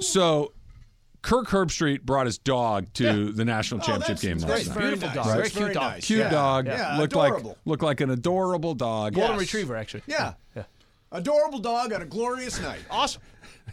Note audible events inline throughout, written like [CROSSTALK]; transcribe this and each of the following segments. So Kirk Herbstreit brought his dog to the national championship Oh, that's- game that's last night. very Beautiful nice. dog. That's Very cute very dog. nice. Cute Yeah. dog. Yeah, looked adorable. like looked like an adorable dog. Yeah. Golden Yes. retriever, actually. Yeah. Adorable dog on a glorious night. Awesome.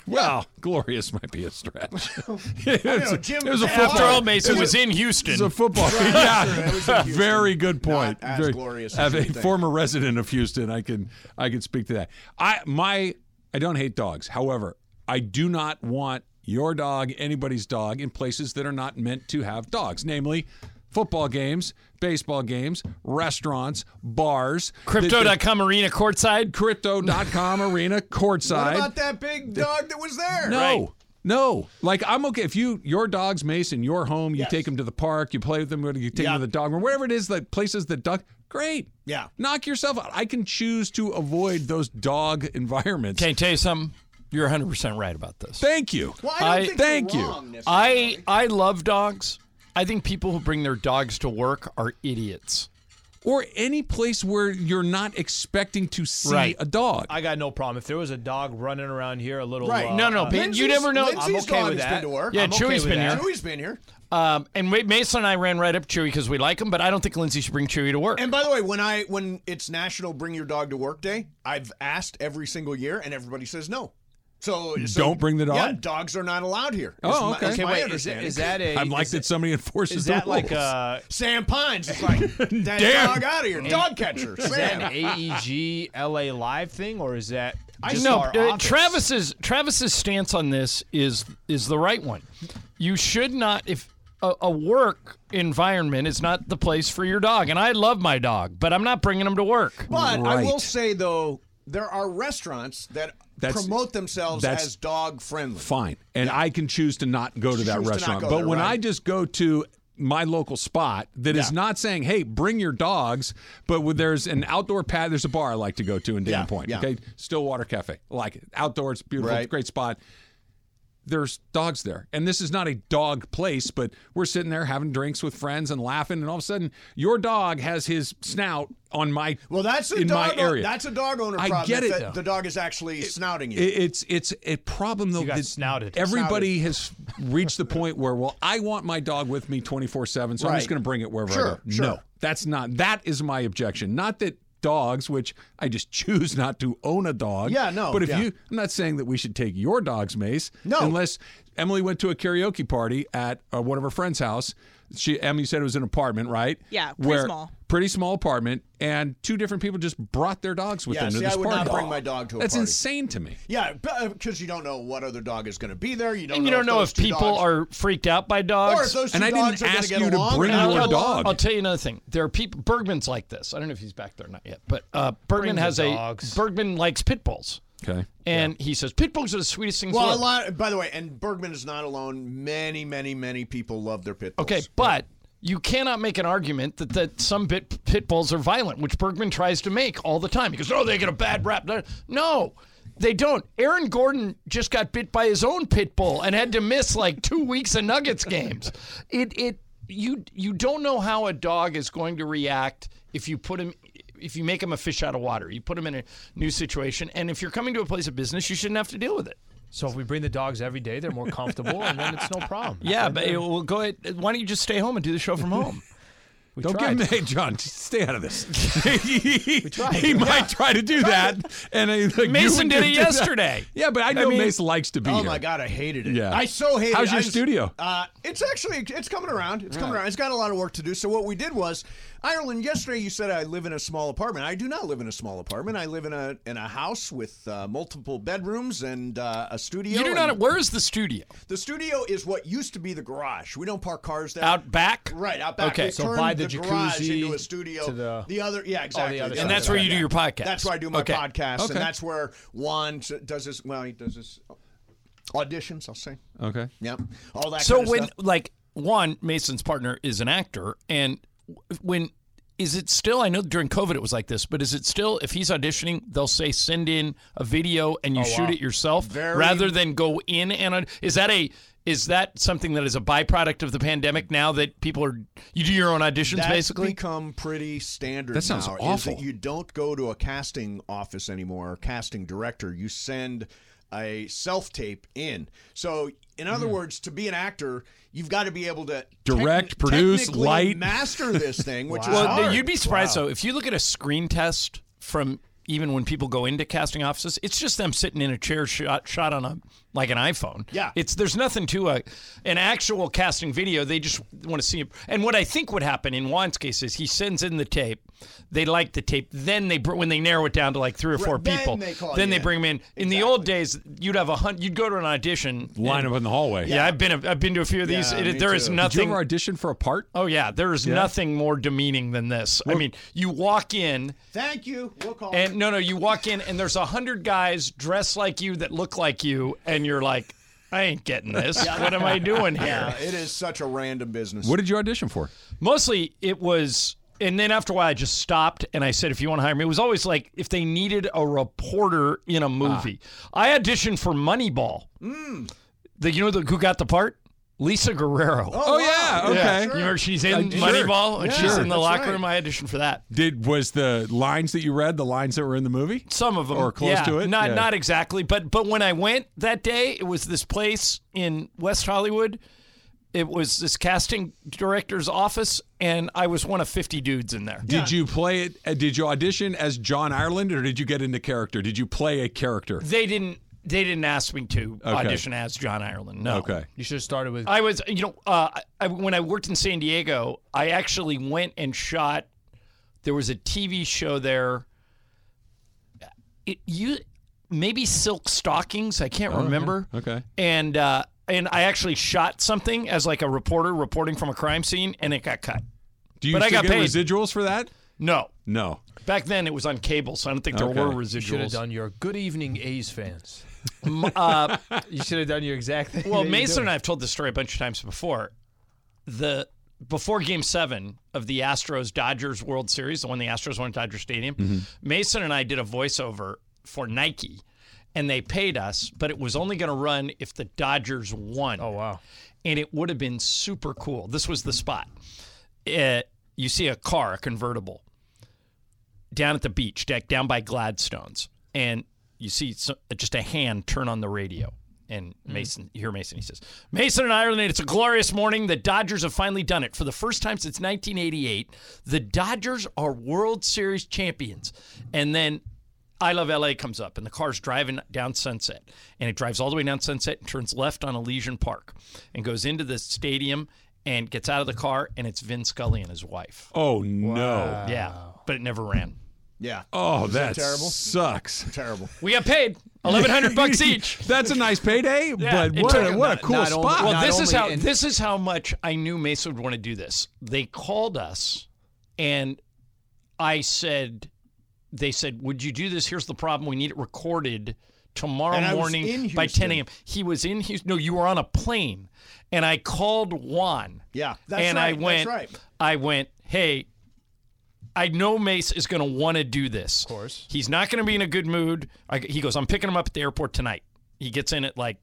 Well, glorious might be a stretch. [LAUGHS] You know, Jim it was a After football. After all, Mason was in Houston. It's a football. sure, [LAUGHS] yeah, it was in Houston. very good point. Not as Very- glorious as as you a would think. former resident of Houston, I can I can speak to that. I my I don't hate dogs. However, I do not want your dog, anybody's dog, in places that are not meant to have dogs, namely football games, baseball games, restaurants, bars, that- Crypto.com arena courtside. crypto.com arena What courtside. about that [LAUGHS] big dog that was there? No. Right. No. Like I'm okay if you your dogs Mason, your home, you take them to the park, you play with them, you take them to the dog room, wherever it is that places that duck great. Yeah. Knock yourself out. I can choose to avoid those dog [LAUGHS] environments. Can I tell you something? You're 100% right about this. Thank you. Well, I don't I- think thank you're you. wrong necessarily. I I love dogs. I think people who bring their dogs to work are idiots. Or any place where you're not expecting to see Right. a dog. I got no problem. If there was a dog running around here a little. Right. Uh, No, no, uh, Pete, you Lindsay's- never know. Lindsay's I'm okay dog with has that. been to work. Yeah, I'm Chewy's okay with been that. here. Chewy's been here. Um, and wait, Mason and I ran right up Chewy because we like him, but I don't think Lindsay should bring Chewy to work. And by the way, when I when it's National Bring Your Dog to Work Day, I've asked every single year, and everybody says no. So, so- Don't bring the dog? Yeah, dogs are not allowed here. is Oh, my- okay. is Okay, my wait, is, it- understanding. is that a? I'm like is that it- somebody enforces Is the that like rules. uh, Sam Pines is like that Damn. dog out of here, dog catcher. is that an E Sam. E AEG LA Live thing, or is that? I just know, no, our uh, office? Travis's Travis's stance on this is is the right one. You should not if a, a work environment is not the place for your dog. And I love my dog, but I'm not bringing him to work. But I will Right. say though, there are restaurants that That's- promote themselves that's- as dog friendly. fine. And I can choose to not go to Choose that to not restaurant. go but there, when right. I just go to my local spot that is Yeah. not saying, hey, bring your dogs, but when there's an outdoor pad, there's a bar I like to go to in Dan Yeah, Point. yeah. Okay. Stillwater Cafe. Like it. Outdoors, beautiful, Right. great spot. There's dogs there. And this is not a dog place, but we're sitting there having drinks with friends and laughing, and all of a sudden your dog has his snout on my Well, that's a in dog. my area. That's a dog owner I problem. get if it, that though. The dog is actually snouting you. It- It's it's a problem though. got that snouted. Everybody has reached the point where, well, I want my dog with me twenty four seven, so I'm just Right. going to bring it wherever I Sure, go. sure. No, that's not. That is my objection. Not that dogs, which I just [LAUGHS] choose not to own a dog. Yeah, no, But if yeah. you, I'm not saying that we should take your dog's mace. No. unless Emily went to a karaoke party at uh, one of her friend's house. She Emily said it was an apartment, right? Yeah, pretty Where- small. Pretty small apartment, and two different people just brought their dogs with Yeah, them to see, this I would party. not bring my dog to a That's party. insane to me. Yeah, because you don't know what other dog is going to be there. You don't. and know you don't know those if two people dogs- are freaked out by dogs. Or if those two And I didn't dogs are gonna ask get you to along or bring not your get along. dog. I'll tell you another thing. There are people. Bergman's like this. I don't know if he's back there or not yet, but uh, Bergman the has dogs. a Bergman likes pit bulls, Okay. and he says pit bulls are the sweetest things. in the Well, a world." lot. By the way, and Bergman is not alone. Many, many, many people love their pit bulls. Okay, but you cannot make an argument that, that some bit, pit bulls are violent, which Bergman tries to make all the time. He goes, oh, they get a bad rap. No, they don't. Aaron Gordon just got bit by his own pit bull and had to miss like two weeks of Nuggets games. It it you you don't know how a dog is going to react if you put him if you make him a fish out of water. You put him in a new situation, and if you're coming to a place of business, you shouldn't have to deal with it. So if we bring the dogs every day, they're more comfortable, [LAUGHS] and then it's no problem. Yeah, but we'll go ahead. Why don't you just stay home and do the show [LAUGHS] from home? we Don't tried. give [LAUGHS] him. Hey, John, just stay out of this. [LAUGHS] [LAUGHS] he might try to do that, and uh, I- like, you would Mason did do that. it yesterday. Yeah, but I know Mason likes to be Oh here. my god, I hated it. Yeah. I so hated. How's it. your I just- studio? Uh, it's actually it's coming around. It's coming around. It's got a lot of work to do. So what we did was, Ireland. Yesterday, you said I live in a small apartment. I do not live in a small apartment. I live in a in a house with uh, multiple bedrooms and uh, a studio. You do and not. Where is the studio? [LAUGHS] The studio is what used to be the garage. We don't park cars there. Out back. Right out back. Okay. We So turned by the garage jacuzzi into a studio. to the- Oh, other, Oh, yeah, exactly. other And that's where you do your podcast. That's where I do my Okay. podcast, Okay. and that's where Juan s- does his. Well, he does his auditions. I'll say. Okay. Yep. All that. So kind of when, stuff. like, one Mason's partner is an actor, and when is it still? I know during COVID it was like this, but is it still? If he's auditioning, they'll say send in a video and you Oh, shoot it yourself rather than go in and aud- is that a is that something that is a byproduct of the pandemic now that people are you do your own auditions that's basically? become pretty standard. That sounds now, Is awful. that you don't go to a casting office anymore, or casting director. You send a self tape in. So, in other words, to be an actor, you've got to be able to Direct, techni- produce, technically light. master this thing, [LAUGHS] which is Well, hard. you'd be surprised. though. if you look at a screen test from even when people go into casting offices, it's just them sitting in a chair shot shot on a like an iPhone. Yeah. it's there's nothing to a an actual casting video. They just want to see it. And what I think would happen in Juan's case is he sends in the tape. They like the tape. Then they br- when they narrow it down to like three or four then people, they call then you they in. bring them in. In the old days, you'd have a hunt. You'd go to an audition Line up in the hallway. Yeah, I've been a, I've been to a few of these. Yeah, It- me there is too. Did you Did you nothing. ever audition for a part? Oh yeah, there is nothing more demeaning than this. I mean, you walk in Thank you. We'll call. and no, no, you walk in and there's a hundred guys dressed like you that look like you, and you're like, I ain't getting [LAUGHS] this. What am I doing here? yeah, it is such a random business. What did you audition for? Mostly it was, and then after a while I just stopped and I said, if you want to hire me, it was always like if they needed a reporter in a movie. Ah. I auditioned for Moneyball. Mm. The you know the, who got the part? Lisa Guerrero. Oh, yeah, wow. okay. You remember she's in Uh, sure. Moneyball and she's Yeah, in the that's locker right. room. I auditioned for that. Did was the lines that you read the lines that were in the movie? Some of them Or close yeah, to it? Not Yeah. not exactly, but but when I went that day, it was this place in West Hollywood. It was this casting director's office, and I was one of fifty dudes in there. Did you play it? Uh, did you audition as John Ireland, or did you get into character? Did you play a character? They didn't they didn't ask me to audition as John Ireland. No. Okay. You should have started with. I was, you know, uh, I- I, when I worked in San Diego, I actually went and shot. There was a TV show there. It you maybe Silk Stockings. I Oh, can't remember. Okay. And uh, and I actually shot something as like a reporter reporting from a crime scene, and it got cut. Do you But I still got get paid. residuals for that? No, No. back then it was on cable, so I don't think there Okay. were You residuals. should have done your good evening A's fans. M- uh, [LAUGHS] You should have done your exact thing. Well, that you Mason do. and I have told this story a bunch of times before. The before Game Seven of the Astros Dodgers World Series, the one the Astros won at Dodger Stadium, Mm-hmm. Mason and I did a voiceover for Nike, and they paid us, but it was only going to run if the Dodgers won. Oh wow. And it would have been super cool. This was the spot. Uh you see a car, a convertible, down at the beach, deck down by Gladstone's, and you see so- just a hand turn on the radio. And Mason, you hear Mason, he says, Mason and Ireland, it's a glorious morning. The Dodgers have finally done it. For the first time since 1988, the Dodgers are World Series champions. And then I Love LA comes up, and the car's driving down Sunset, and it drives all the way down Sunset and turns left on Elysian Park and goes into the stadium and gets out of the car, and it's Vin Scully and his wife. Oh no. Yeah, but it never ran. [LAUGHS] Yeah, Oh, that, terrible? sucks. terrible. We got paid [LAUGHS] eleven hundred bucks each. That's a nice payday, but it what took a, him what a not- cool not only- spot. Well, Not this is only how in- this is how much I knew Mason would want to do this. They called us, and I said, "They said, would you do this? Here's the problem. We need it recorded tomorrow And I was in morning by Houston. 10 a.m." He was in Houston. No, you were on a plane, and I called Juan. Yeah, that's and right. I went. That's right. I went. Hey, I know Mace is going to want to do this. Of course. He's not going to be in a good mood. I, he goes, I'm picking him up at the airport tonight. He gets in at like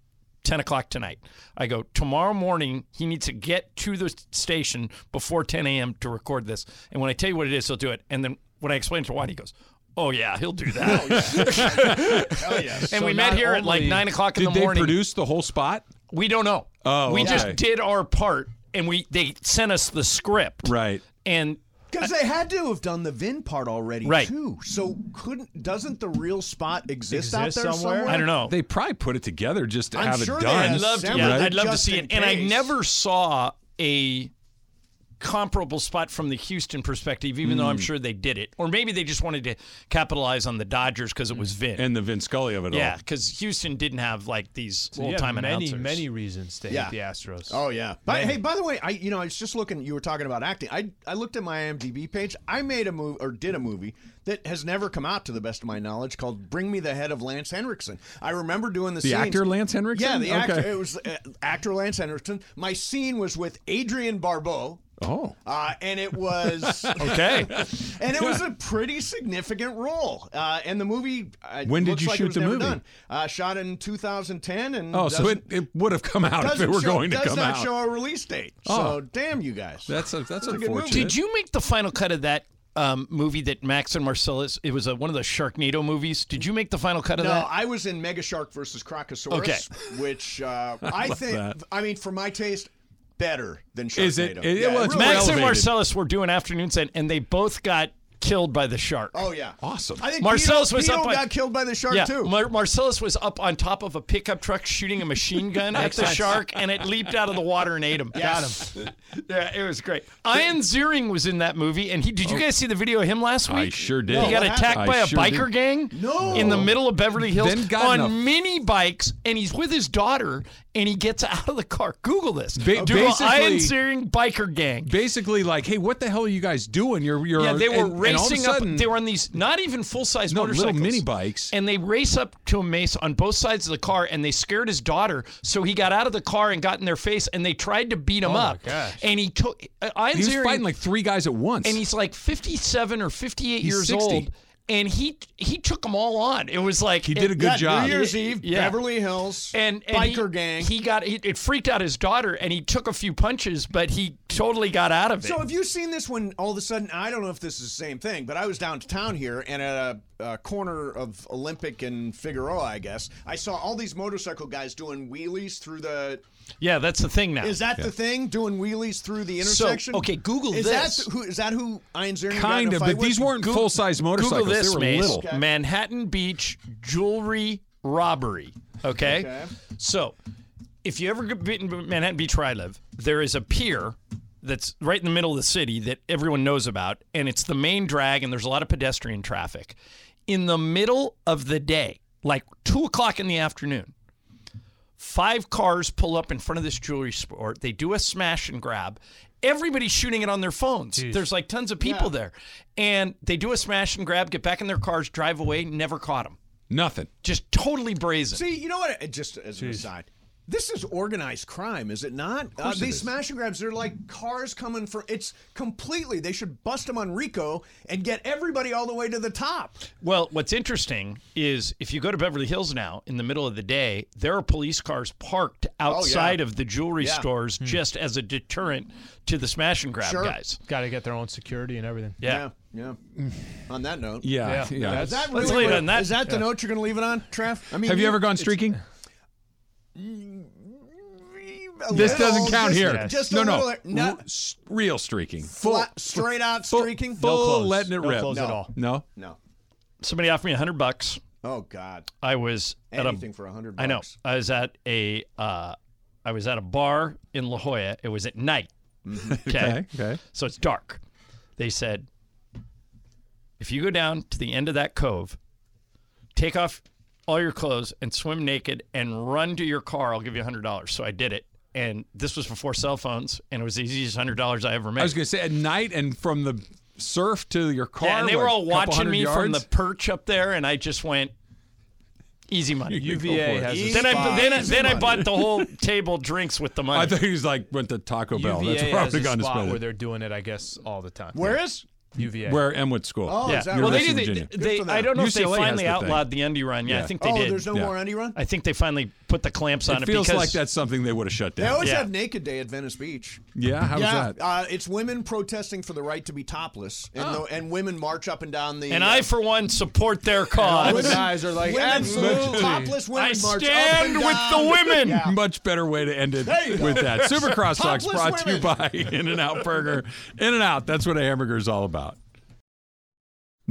10 o'clock tonight. I go, tomorrow morning, he needs to get to the station before 10 a.m. to record this. And when I tell you what it is, he'll do it. And then when I explain to Juan, he goes, Oh, yeah, he'll do that. [LAUGHS] Oh yes. and So we met not here at like only- 9 o'clock in Did the they morning. produce the whole spot? we don't know. Oh, we okay. just did our part and we they sent us the script. Right. And Because they had to have done the Vin part already, Right. Too. So couldn't doesn't the real spot exist, out Exist there somewhere? somewhere? I don't know. They probably put it together just to I'm have sure it they done. had I'd love to, Sam yeah, Right. I'd love to Just see in it. And I case. never saw a comparable spot from the Houston perspective, even though I'm Hmm. sure they did it. Or maybe they just wanted to capitalize on the Dodgers because it was Vin. And the Vince Scully of it yeah, because Houston didn't have like these You old have time many, announcers. many reasons to Yeah. hate the Astros. Oh yeah. But hey, by the way, I you know I was just looking. You were talking about acting. I I looked at my IMDb page. I made a movie or did a movie that has never come out to the best of my knowledge called "Bring Me the Head of Lance Henriksen." I remember doing the, The scenes. actor Lance Henriksen? Yeah, the actor. Okay. It was uh, actor Lance Henriksen. My scene was with Adrian Barbeau. all. Oh. Uh, and it [LAUGHS] was Okay. [LAUGHS] and it was a pretty significant role. Uh, and the movie. Uh, When did looks you like it shoot was the never movie? Done. Uh, shot in 2010, and Oh, so it, doesn't- it would have come out if doesn't it were show- going to does come not out. Oh. show a release date. So damn you guys. That's a, that's good movie. unfortunate. Did you make the final cut of that um, movie that Max and Marcellus? It was uh one of the Sharknado movies. Did you make the final cut of No, that? I was in Mega Shark versus Crocosaurus, Okay. which [LAUGHS] uh, I, think, I mean, for my taste, better than Sharknado. Is it- it- Yeah, well, it's really- more Max elevated. and Marcellus were doing afternoon set, and they both got killed by the shark. Oh yeah, Awesome. I think Marcellus Pino, was Pino up on- got killed by the shark yeah, too. Mar- Marcellus was up on top of a pickup truck shooting a [LAUGHS] machine gun at the shark, and it leaped out of the water and ate him. Yes. Got him. [LAUGHS] yeah, it was great. Ian Ziering was in that movie, and he did you guys see the video of him last week? I sure did. He got Oh. what attacked happened? by I a sure biker did. gang No. in the middle of Beverly Hills Then got on in a- mini bikes, and he's with his daughter, and he gets out of the car. Google this. Ba- Google basically- Ian Ziering biker gang. Basically, like, hey, what the hell are you guys doing? You're, you're Yeah, they were and- and all of a racing sudden- up. They were on these not even full size No, little motorcycles, mini bikes. and they race up to a mace on both sides of the car, and they scared his daughter, so he got out of the car and got in their face, and they tried to beat him up. gosh. And he took. Uh, Ian Oh he was Ziering- fighting like three guys at once. and he's like 57 or 58 years 60. old, and he he took them all on. It was like he did a good Yeah, job. New Year's Eve, Yeah. Beverly Hills, and, and biker he, gang. He got he, it freaked out his daughter, and he took a few punches, but he totally got out of it. so have you seen this when all of a sudden I don't know if this is the same thing, but I was downtown here and at a, a corner of Olympic and Figueroa, I guess I saw all these motorcycle guys doing wheelies through the. yeah, that's the thing now. Is that the thing? Doing wheelies through the intersection? okay, Google is this. That who, is that who Ian Ziering got in kind a of, fight but these with? weren't full size motorcycles. Google this, they were Mace. little. Manhattan Beach jewelry robbery. Okay? Okay. So, if you ever get been to Manhattan Beach where I live, there is a pier that's right in the middle of the city that everyone knows about, and it's the main drag, and there's a lot of pedestrian traffic. In the middle of the day, like two o'clock in the afternoon, five cars pull up in front of this jewelry store. They do a smash and grab. Everybody's shooting it on their phones. There's like tons of people there. And they do a smash and grab, get back in their cars, drive away, never caught them. Nothing. Just totally brazen. See, you know what? uh, Just as an aside, this is organized crime, is it not? Uh, these smash and grabs, they're like cars coming for. It's completely. They should bust them on Rico and get everybody all the way to the top. Well, what's interesting is if you go to Beverly Hills now in the middle of the day, there are police cars parked outside of the jewelry Oh, Yeah. stores Hmm. just as a deterrent to the smash and grab Sure. guys. Got to get their own security and everything. Yeah. yeah. on that note, Yeah, Yeah, yeah. that's- Is that Let's really leave it what- on that. Is that the note you're going to leave it on, Traff? I mean, Have you ever gone streaking? a This little- doesn't count just- here. Just no, a no, little, not R- s- real streaking. flat, straight out Full- streaking. Full clothes. letting it No rip. clothes at No. all. No. No. Somebody offered me a hundred bucks. Oh God. I was at Anything a for a hundred. I know. bucks. I was at a uh, I was at a bar in La Jolla. It was at night. Mm-hmm. [LAUGHS] Okay. Okay. So it's dark. They said, if you go down to the end of that cove, take off all your clothes and swim naked and run to your car, I'll give you $100. So I did it. And this was before cell phones, and it was the easiest $100 I ever made. I was gonna say at night and from the surf to your car. yeah, and they what, were all a couple watching hundred me yards? from the perch up there, and I just went, easy money. Go for UVA it. has a then I, spot. then, I, Easy then I money. bought the [LAUGHS] whole table drinks with the [LAUGHS] money. I thought he was like went to Taco Bell. UVA That's where I has would have a gone to spot spend where it. they're doing it, I guess, all the time. [LAUGHS] Where is? UVA? Where Em went to school. Oh, yeah. is that Well, right? they University of did. Virginia. They, Good for they, Uh, I them. don't know if UCLA they has finally the thing. outlowed the undie run. Yeah, I think they oh, did. there's no Yeah. more Andy Run. I think they finally put the clamps on It it, feels because like that's something they would have shut They down. always Yeah. have Naked Day at Venice Beach. Yeah, how was that? Uh, it's women protesting for the right to be topless, and, Oh. tho- and women march up and down the. And uh, I, for one, support [LAUGHS] their Those cause. guys are like, women, absolutely. topless women I march stand up with and down. the women. Much better way to end it you go. with that. [LAUGHS] Super Crosstalks Topless brought to you women. by [LAUGHS] In and Out Burger. In and Out, that's what a hamburger is all about.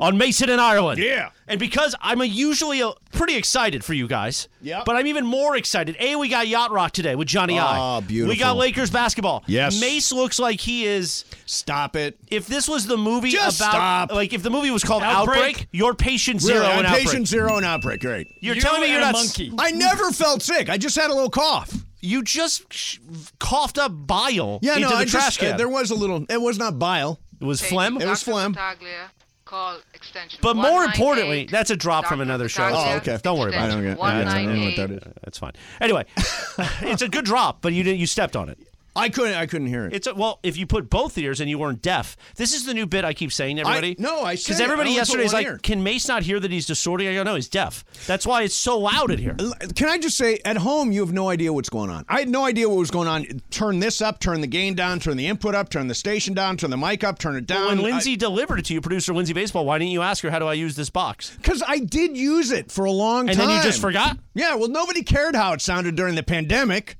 on Mason in Ireland. Yeah. And because I'm a usually a, pretty excited for you guys, Yep. but I'm even more excited. A, we got Yacht Rock today with Johnny I. Ah, beautiful. We got Lakers basketball. Yes. Mace looks like he is. Stop it. If this was the movie Just about. stop. Like, if the movie was called Outbreak, Outbreak? you're patient zero Really, and I'm outbreak. patient zero and outbreak. Great. You're You telling me you're and a not. s- monkey. I never felt sick. I just had a little cough. You just sh- coughed up bile Yeah, into no, the I trash just, can. uh, there was a little. It was not bile. it was phlegm. It was Dr. phlegm. Battaglia, call extension But more 198. importantly, that's a drop from another show. Battaglia, Oh, okay. Don't worry about it. extension I don't get- I don't- I don't know what 198. that is. That's fine. Anyway, [LAUGHS] it's a good drop, but you didn't. You stepped on it. I couldn't. I couldn't hear it. It's a, well, if you put both ears and you weren't deaf, this is the new bit I keep saying to I- everybody. no, I said because it. I everybody only put yesterday is one like, ear. can Mace not hear that he's distorting? I go, no, he's deaf. That's why it's so loud in here. Can I just say, at home, you have no idea what's going on. I had no idea what was going on. Turn this up, turn the gain down, turn the input up, turn the station down, turn the mic up, turn it down. When Lindsay delivered it to you, producer Lindsay Baseball, why didn't you ask her how do I use this box? Because I, did use it for a long And time. then you just forgot. Yeah, well, nobody cared how it sounded during the pandemic.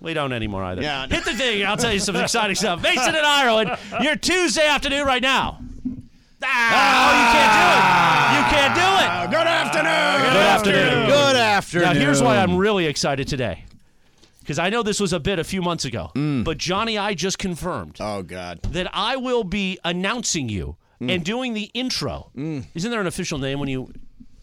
We don't anymore either. Yeah. Hit the thing. I'll tell you some exciting stuff. Mason in Ireland, your Tuesday afternoon right now. Ah, you can't Oh, do it. You can't do it. Good afternoon. Good afternoon. Good afternoon. Now, here's why I'm really excited today. Because I know this was a bit a few months ago, but Johnny I just Mm. confirmed Oh, God. Mm. that I will be announcing you and doing the intro. Isn't there an official name when you,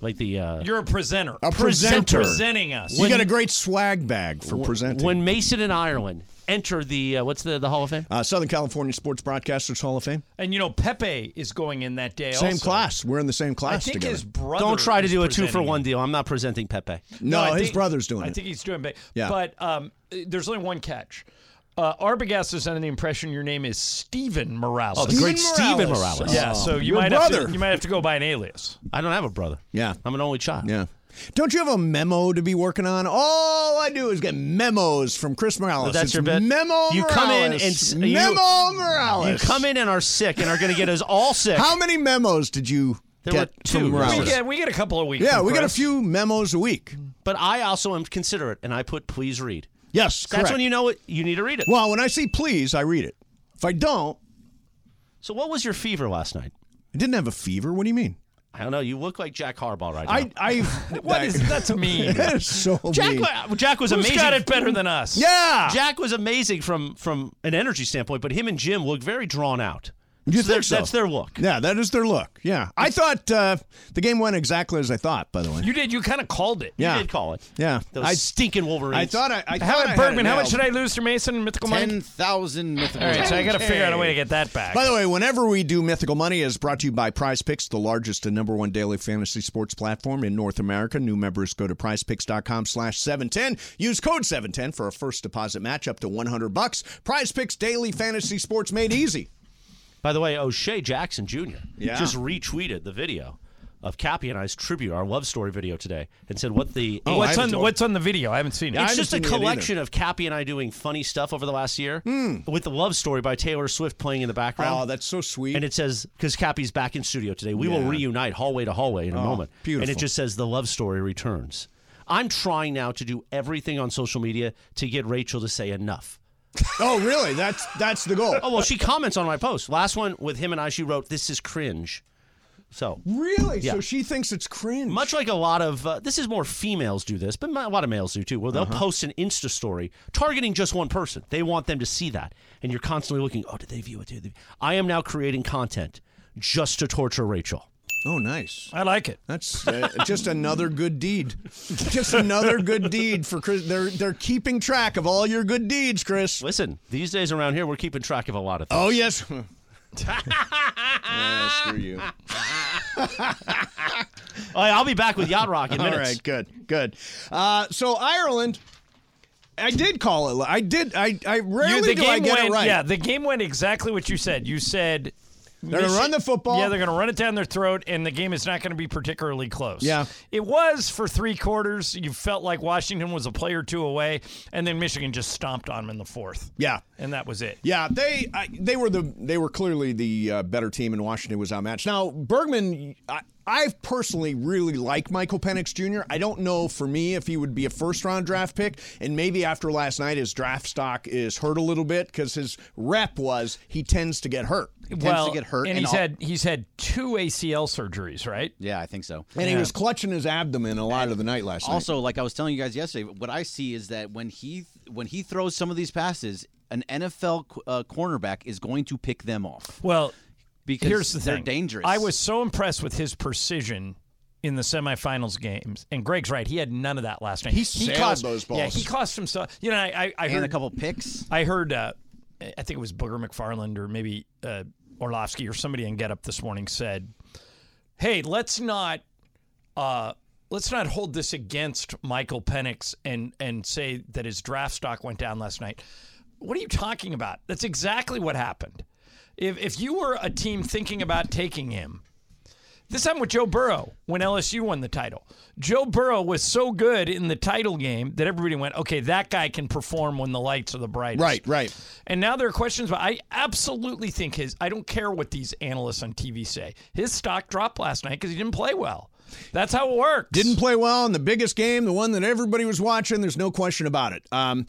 like the, uh, You're a presenter. A presenter. Presenting us. You got a great swag bag for presenting. when Mason and Ireland enter the, uh, what's the, the Hall of Fame? uh, Southern California Sports Broadcasters Hall of Fame. And you know, Pepe is going in that day. Same also. class. We're in the same class I think together. his brother. Don't try to is do a two for presenting one it. deal. I'm not presenting Pepe. no, I his think- brother's doing I it. think he's doing it. Yeah. But um, there's only one catch. Uh, Arbogast is under the impression your name is Steven Morales. Oh, the great Steven Morales. Yeah, so you Oh. Your might have brother. to, you might have to go by an alias. I don't have a brother. Yeah. I'm an only child. Yeah. Don't you have a memo to be working on? All I do is get memos from Chris Morales. Oh, That's It's your bet? Memo You Morales. come in and s- you- memo Morales. You come in and are sick and are going to get us all sick. How many memos did you There [LAUGHS] get were two. from Morales? We get we get a couple of weeks. yeah, from we get a Chris. few memos a week. but I also am considerate and I put please read. Yes, That's when you know it. You need to read it. Well, when I see please, I read it. If I don't, So, what was your fever last night? I didn't have a fever. What do you mean? I don't know. You look like Jack Harbaugh right now. I, I. [LAUGHS] What is [LAUGHS] that's mean? that is so Jack, mean. wa- Jack was Who's amazing. got it better than us? Yeah. Jack was amazing from from an energy standpoint, but him and Jim look very drawn out. You So they're- think so? That's their look. Yeah, that is their look. Yeah, I thought uh, the game went exactly as I thought. By the way, You did. You kind of called it. yeah, You did call it. Yeah, Those I- stinking Wolverines. I thought I. I How thought I about had Bergman? it How much nailed. did I lose to Mason and Mythical Mind? Ten thousand mythical. All right, so I got to Okay. figure out a way to get that back. By the way, whenever we do Mythical Money is brought to you by Prize Picks, the largest and number one daily fantasy sports platform in North America. New members go to prizepicks.com slash 710. Use code 710 for a first deposit match up to 100 bucks. Prize Picks daily fantasy sports made easy. By the way, O'Shea Jackson Jr. Yeah. just retweeted the video of Cappy and I's tribute, our love story video today, and said what the Oh, I what's haven't on told- what's on the video? I haven't seen it. I It's haven't just a seen it either. Hmm. collection of Cappy and I doing funny stuff over the last year with the love story by Taylor Swift playing in the background. Oh, that's so sweet. And it says, because Cappy's back in studio today, we will Yeah. Oh, reunite hallway to hallway in a moment. And beautiful. it just says, the love story returns. I'm trying now to do everything on social media to get Rachel to say enough. [LAUGHS] oh, really? That's that's the goal. Oh, well, she comments on my post. Last one with him and I, she wrote, this is cringe. So, really? Yeah. So she thinks it's cringe. much like a lot of, uh, this is more females do this, but a lot of males do too, where they'll Uh-huh. post an Insta story targeting just one person. They want them to see that. And you're constantly looking, oh, did they view it? Did they? I am now creating content just to torture Rachel. oh, nice. I like it. That's uh, just another good deed. Just another good deed for Chris. They're they're keeping track of all your good deeds, Chris. [LAUGHS] Listen, these days around here, we're keeping track of a lot of things. Oh yes. [LAUGHS] Yeah, screw you. All right, I'll be back with Yacht Rock [LAUGHS] in All minutes. right, good, good. Uh, so Ireland, I did call it. I did. I I rarely the do I game get went, it right. Yeah, the game went exactly what you said. You said They're going to run the football. Yeah, they're going to run it down their throat, and the game is not going to be particularly close. Yeah. It was for three quarters. You felt like Washington was a play or two away, and then Michigan just stomped on them in the fourth. yeah. And that was it. Yeah, they I, they were the they were clearly the uh, better team, and Washington was outmatched. Now Bergman, I, I personally really like Michael Penix Jr. I don't know for me if he would be a first round draft pick, and maybe after last night his draft stock is hurt a little bit because his rep was he tends to get hurt. He tends well, to get hurt. and he's all- had he's had two ACL surgeries, right? Yeah, I think so. And he was clutching his abdomen a lot of the night last night. Also, like I was telling you guys yesterday, what I see is that when he when he throws some of these passes, an NFL qu- uh, cornerback is going to pick them off Well, because here's the they're thing. dangerous. I was so impressed with his precision in the semifinals games, and Greg's right; he had none of that last night. He, sailed cost those Yeah, balls. he cost himself. You know, I I, I and heard a couple picks. I heard, uh, I think it was Booger McFarland or maybe uh, Orlovsky or somebody in Get Up this morning said, "Hey, let's not, uh, let's not hold this against Michael Penix and and say that his draft stock went down last night." What are you talking about? That's exactly what happened. If if you were a team thinking about taking him, this happened with Joe Burrow when LSU won the title. Joe Burrow was so good in the title game that everybody went, okay, that guy can perform when the lights are the brightest. right, right. And now there are questions, but I absolutely think his, I don't care what these analysts on TV say, his stock dropped last night because he didn't play well. That's how it works. Didn't play well in the biggest game, the one that everybody was watching. There's no question about it. Um,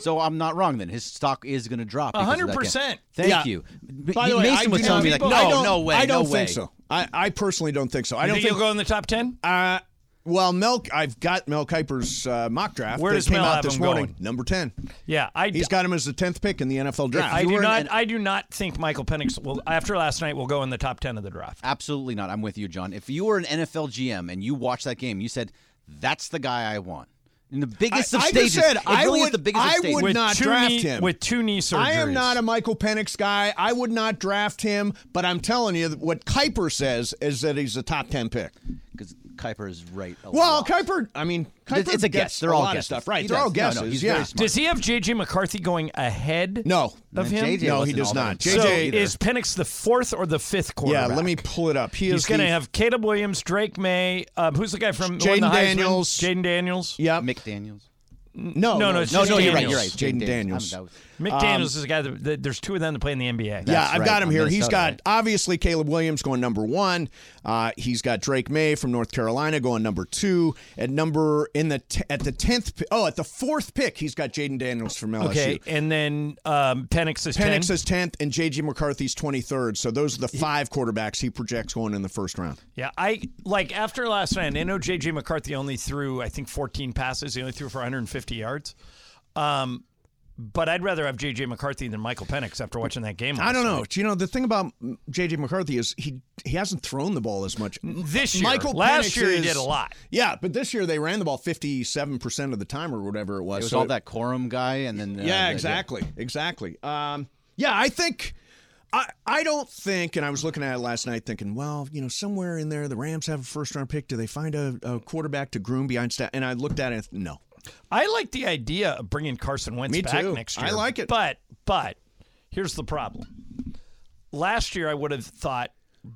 So I'm not wrong then. His stock is going to drop. because of that game. 100%. Thank Yeah. you. By the way, I Mason was do telling not- me like, I no, don't- no way, I don't no way. think so. I, I personally don't think so. I You don't think think he'll go in the top 10? Uh, well, Mel, I've got Mel Kiper's uh, mock draft. Where that does came Mel out have this him morning? going? Number ten. Yeah. I, He's got him as the tenth pick in the NFL draft. I you do were an- not. an- I do not think Michael Penix will. After last night, will go in the top ten of the draft. Absolutely not. I'm with you, John. If you were an NFL GM and you watched that game, you said, "That's the guy I want." In the biggest I- of I just stages, said, it I really is would- the biggest I of stages. would With not two draft knee, him. with two knee surgeries. I am not a Michael Penix guy. I would not draft him, but I'm telling you that what Kuiper says is that he's a top ten pick. because Kuiper is right. A Well, lot. Kuiper, I mean, Kuiper It's- it's a gets guess. They're all a lot guesses. of stuff, right? He They're all does. guesses. No, no, he's yeah. very smart. Does he have JJ McCarthy going ahead? No, Of him? JJ no, he wasn't does all not. that JJ, So is Penix the fourth or the fifth yeah. quarterback? Let me pull it up. He is He's going to the- have Caleb Williams, Drake May. Um, who's the guy from who won Jaden the Heisman? Daniels. Jaden Daniels. Yeah, McDaniels. no, no, no, it's No, Jaden no, you're right. Daniels. You're right. Jaden Daniels. Um, I'm- that was- Mick Daniels is a guy that, that there's two of them that play in the NBA. Yeah, That's I've right, got him on here. He's Minnesota, got right? obviously Caleb Williams going number one. Uh, he's got Drake May from North Carolina going number two. At number in the t- at the tenth pi- oh at the fourth pick he's got Jaden Daniels from LSU. Okay, and then um, Penix is Penix 10. is tenth and JJ McCarthy's twenty third. So those are the five quarterbacks he projects going in the first round. Yeah, I like after last night. I know JJ McCarthy only threw I think 14 passes. He only threw for 150 yards. Um, but I'd rather have JJ McCarthy than Michael Penix after watching that game. I don't last know. night. You know the thing about JJ McCarthy is he he hasn't thrown the ball as much Mm, This year, Michael last Penix year he is- did a lot. Yeah, but this year they ran the ball fifty seven percent of the time or whatever it was. It was So all that quorum guy, and then uh, Yeah, the- exactly, exactly. Um, yeah, I think I I don't think, and I was looking at it last night, thinking, well, you know, somewhere in there, the Rams have a first round pick. Do they find a, a quarterback to groom behind staff? And I looked at it, and no, I like the idea of bringing Carson Wentz Me back too. next I year. like it. But but here's the problem. Last year I would have thought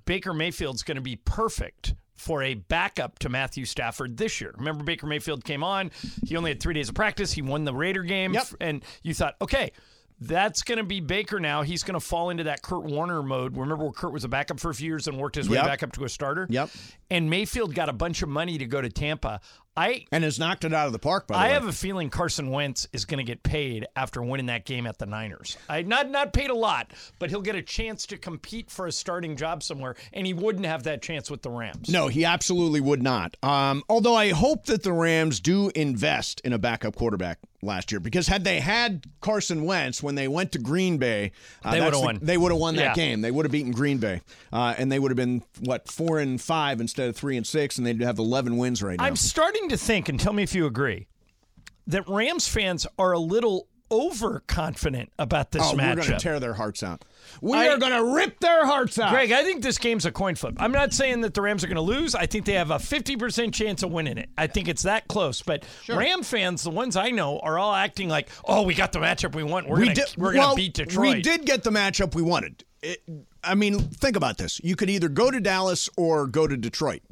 Baker Mayfield's going to be perfect for a backup to Matthew Stafford this year. Remember Baker Mayfield came on, he only had 3 days of practice, he won the Raider game Yep. and you thought, "Okay, that's going to be Baker now. He's going to fall into that Kurt Warner mode. Remember where Kurt was a backup for a few years and worked his way Yep. back up to a starter? Yep. And Mayfield got a bunch of money to go to Tampa. I and has knocked it out of the park. By the I way, have a feeling Carson Wentz is going to get paid after winning that game at the Niners. I not not paid a lot, but he'll get a chance to compete for a starting job somewhere, and he wouldn't have that chance with the Rams. No, he absolutely would not. Um, although I hope that the Rams do invest in a backup quarterback last year because had they had Carson Wentz when they went to Green Bay, uh, They that's would've the- won. They would have won that Yeah. game. They would have beaten Green Bay, uh, and they would have been what four and five instead of three and six, and they'd have eleven wins right now. I'm starting to think, and tell me if you agree, that Rams fans are a little overconfident about this oh, we're going to matchup. tear their hearts out. We I- are going to rip their hearts out. Greg, I think this game's a coin flip. I'm not saying that the Rams are going to lose. I think they have a 50% chance of winning it. I think it's that close. But Ram fans, the ones I know, are all acting like, oh, we got the matchup we want. We're we going did. to we're well, gonna beat Detroit. We did get the matchup we wanted. it, I mean, think about this. You could either go to Dallas or go to Detroit.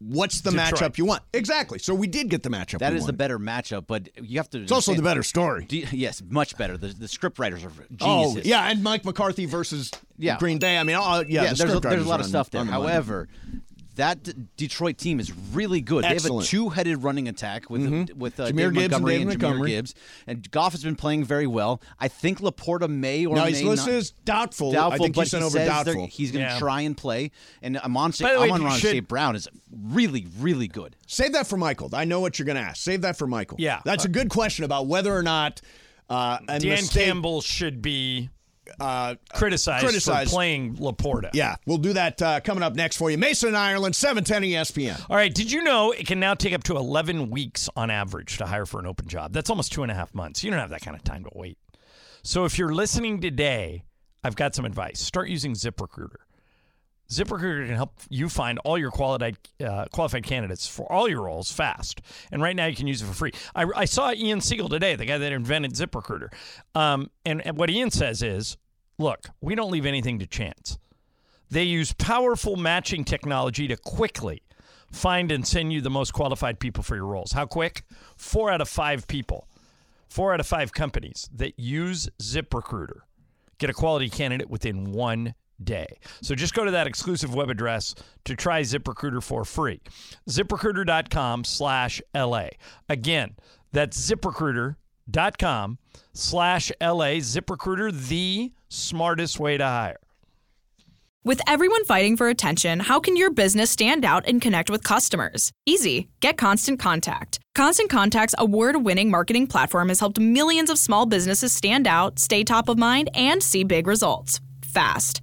What's the matchup you want? Exactly. So we did get the matchup. That we is the wanted. better matchup, but you have to. It's also the better story. yes, much better. The, the script writers are geniuses. Oh, yeah, and Mike McCarthy versus Yeah. Green Day. I mean, uh, yeah, yeah, the there's, a, scriptwriters there's a lot are of on- stuff there. on the money. However, that D- Detroit team is really good. They have a Excellent. two-headed running attack with with uh, Jahmyr David Gibbs and Montgomery David and Jameer Montgomery. Gibbs. And Goff has been playing very well. I think Laporta may or now may he's not. listed as doubtful. Doubtful, I think but he sent he over says they're- doubtful. He's going to Yeah. try and play, and Amon By the way, Amon you Ron should- Brown is really, really good. Save that for Michael. I know what you're going to ask. Save that for Michael. Yeah. that's a good question about whether or not uh, a Dan mistake- Uh, Campbell should be criticized, criticized. for playing Laporta. Yeah, we'll do that uh, coming up next for you. Mason in Ireland, seven ten E ESPN. All right. Did you know it can now take up to 11 weeks on average to hire for an open job? That's almost two and a half months. You don't have that kind of time to wait. So if you're listening today, I've got some advice. Start using ZipRecruiter. ZipRecruiter can help you find all your qualified uh, qualified candidates for all your roles fast. And right now, you can use it for free. I, I saw Ian Siegel today, the guy that invented ZipRecruiter. Um, and, and what Ian says is, look, we don't leave anything to chance. They use powerful matching technology to quickly find and send you the most qualified people for your roles. How quick? Four out of five people, four out of five companies that use ZipRecruiter get a quality candidate within one day. So just go to that exclusive web address to try ZipRecruiter for free. ZipRecruiter.com slash LA. Again, that's ziprecruiter.com slash LA. ZipRecruiter, the smartest way to hire. With everyone fighting for attention, how can your business stand out and connect with customers? Easy. Get Constant Contact. Constant Contact's award winning marketing platform has helped millions of small businesses stand out, stay top of mind, and see big results fast.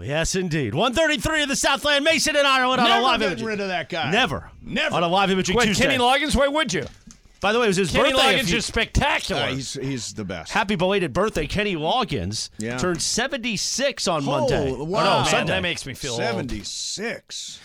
Yes, indeed. 133 of the Southland Mason in Oh, Ireland on a Never live getting image. rid of that guy. Never. Never. On a live image Wait, Tuesday. Kenny Loggins, why would you? By the way, it was his Kenny birthday. a Loggins few- is spectacular. Uh, he's he's the best. Happy belated birthday, Kenny Loggins. Yeah. Turned 76 on Oh, Monday. wow. Oh, no, Man, Man, Sunday. that makes me feel old. Seventy six.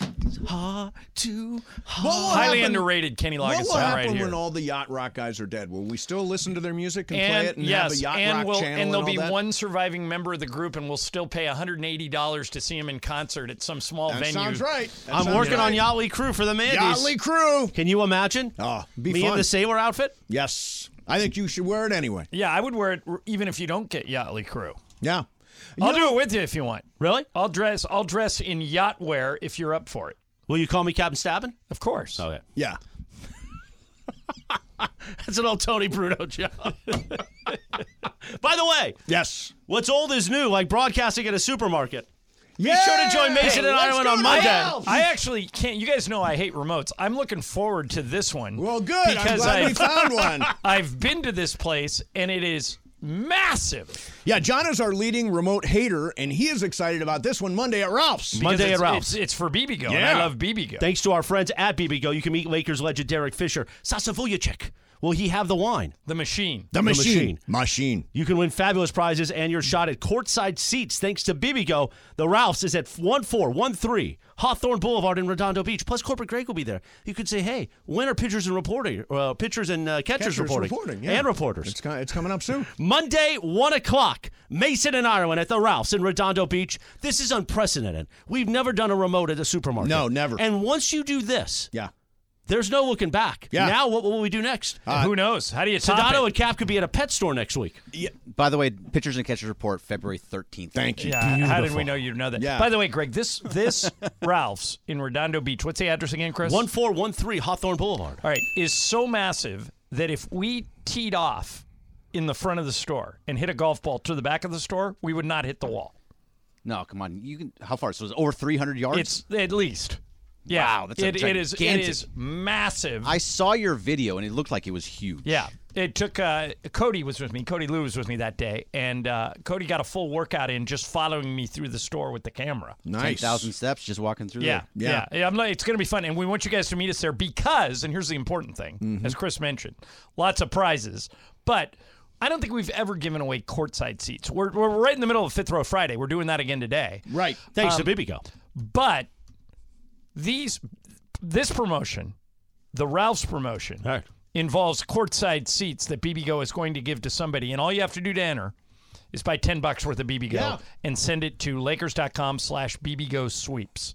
Ha, two, ha. Highly underrated Kenny What Loggins will song right happen here. when all the yacht rock guys are dead? Will we still listen to their music and, play and it and yes, have a yacht and rock we'll, channel and there'll all be that? one surviving member of the group, and we'll still pay 180 dollars to see him in concert at some small That venue. sounds right. That I'm sounds working on right. Yatli Crew for the Mandy's. Yachtly crew. Can you imagine? Oh, be Me in fun. the sailor outfit? Yes, I think you should wear it anyway. Yeah, I would wear it r- even if you don't get Yachtly Crew. Yeah. I'll do it with you if you want. Really? I'll dress. I'll dress in yacht wear if you're up for it. Will you call me Captain Stabbin? Of course. Okay. Yeah. That's an old Tony Bruno joke. By the way, Yes. what's old is new, like broadcasting at a supermarket. Be sure to join Mason Hey, in let's Ireland go on to Monday. Ireland. I actually can't. You guys know I hate remotes. I'm looking forward to this one. Well, good. I'm Because glad I- we found one. [LAUGHS] I've been to this place and it is massive. Yeah, John is our leading remote hater, and he is excited about this one Monday at Ralph's. Monday Because at it's- Ralph's. It's, it's for BBgo. And I Yeah. love BBgo. Thanks to our friends at BBGO, you can meet Lakers legend Derek Fisher, Sasavuljic, Will he have the wine? The machine. The machine. Machine. You can win fabulous prizes and your shot at courtside seats thanks to Bibigo. The Ralphs is at 1413 Hawthorne Boulevard in Redondo Beach. Plus, Corporate Greg will be there. You could say, hey, when are pitchers and reporting, uh, pitchers and uh, catchers, Catchers reporting? reporting, yeah. And reporters. It's, co- it's coming up soon. [LAUGHS] Monday, 1 o'clock, Mason and Ireland at the Ralphs in Redondo Beach. This is unprecedented. We've never done a remote at a supermarket. No, never. And once you do this, Yeah. there's no looking back. Yeah. Now, what will we do next? Uh, Who knows? How do you top Sedano it? and Cap could be at a pet store next week. By the way, pitchers and catchers report February 13th. Thank you. Yeah, how did we know you'd know that? Yeah. By the way, Greg, this this [LAUGHS] Ralph's in Redondo Beach. What's the address again, Chris? 1413 Hawthorne Boulevard. All right, is so massive that if we teed off in the front of the store and hit a golf ball to the back of the store, we would not hit the wall. No, come on. You can. How far? So it's over 300 yards. It's at least. Yeah, Wow, that's a it, it is. It gigantic- is massive. I saw your video and it looked like it was huge. Yeah. It took uh, Cody was with me. Cody Lou was with me that day, and uh, Cody got a full workout in just following me through the store with the camera. Nice. 10,000 steps just walking through Yeah, there. Yeah. yeah, yeah. I'm like, it's going to be fun, and we want you guys to meet us there because, and here's the important thing, Mm-hmm. as Chris mentioned, lots of prizes, but. I don't think we've ever given away courtside seats. We're, we're right in the middle of Fifth Row Friday. We're doing that again today. Um, Right. Thanks to Bibigo. But these, this promotion, the Ralph's promotion, involves courtside seats that BB Go is going to give to somebody, and all you have to do to enter is buy ten bucks worth of BB Go and send it to Lakers.com/slash BB Go sweeps.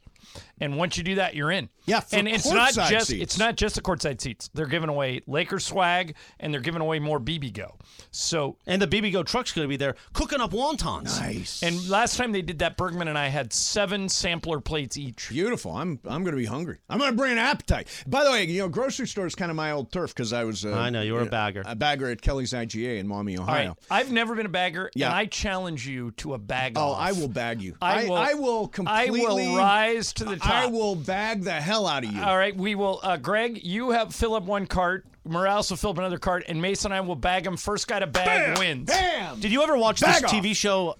And once you do that, you're in. Yeah, for and it's not courtside just seats. it's not just the courtside seats. They're giving away Lakers swag, and they're giving away more BB Go. So And the Bibigo truck's going to be there cooking up wontons. Nice. and last time they did that, Bergman and I had seven sampler plates each. Beautiful. I'm I'm going to be hungry. I'm going to bring an appetite. By the way, you know, grocery store is kind of my old turf because I was. Uh, I know, you were a you bagger. A bagger at Kelly's IGA in Maumee, All Ohio. right. I've never been a bagger, Yeah. and I challenge you to a bag. Oh, off. I will bag you. I will- I will I will completely. rise to the I top. will bag the hell out of you. All right, we will. Uh, Greg, you have fill up one cart. Morales will fill up another cart, and Mason and I will bag them. First guy to bag wins. Bam! Did you ever watch Bag this off. [LAUGHS] TV show?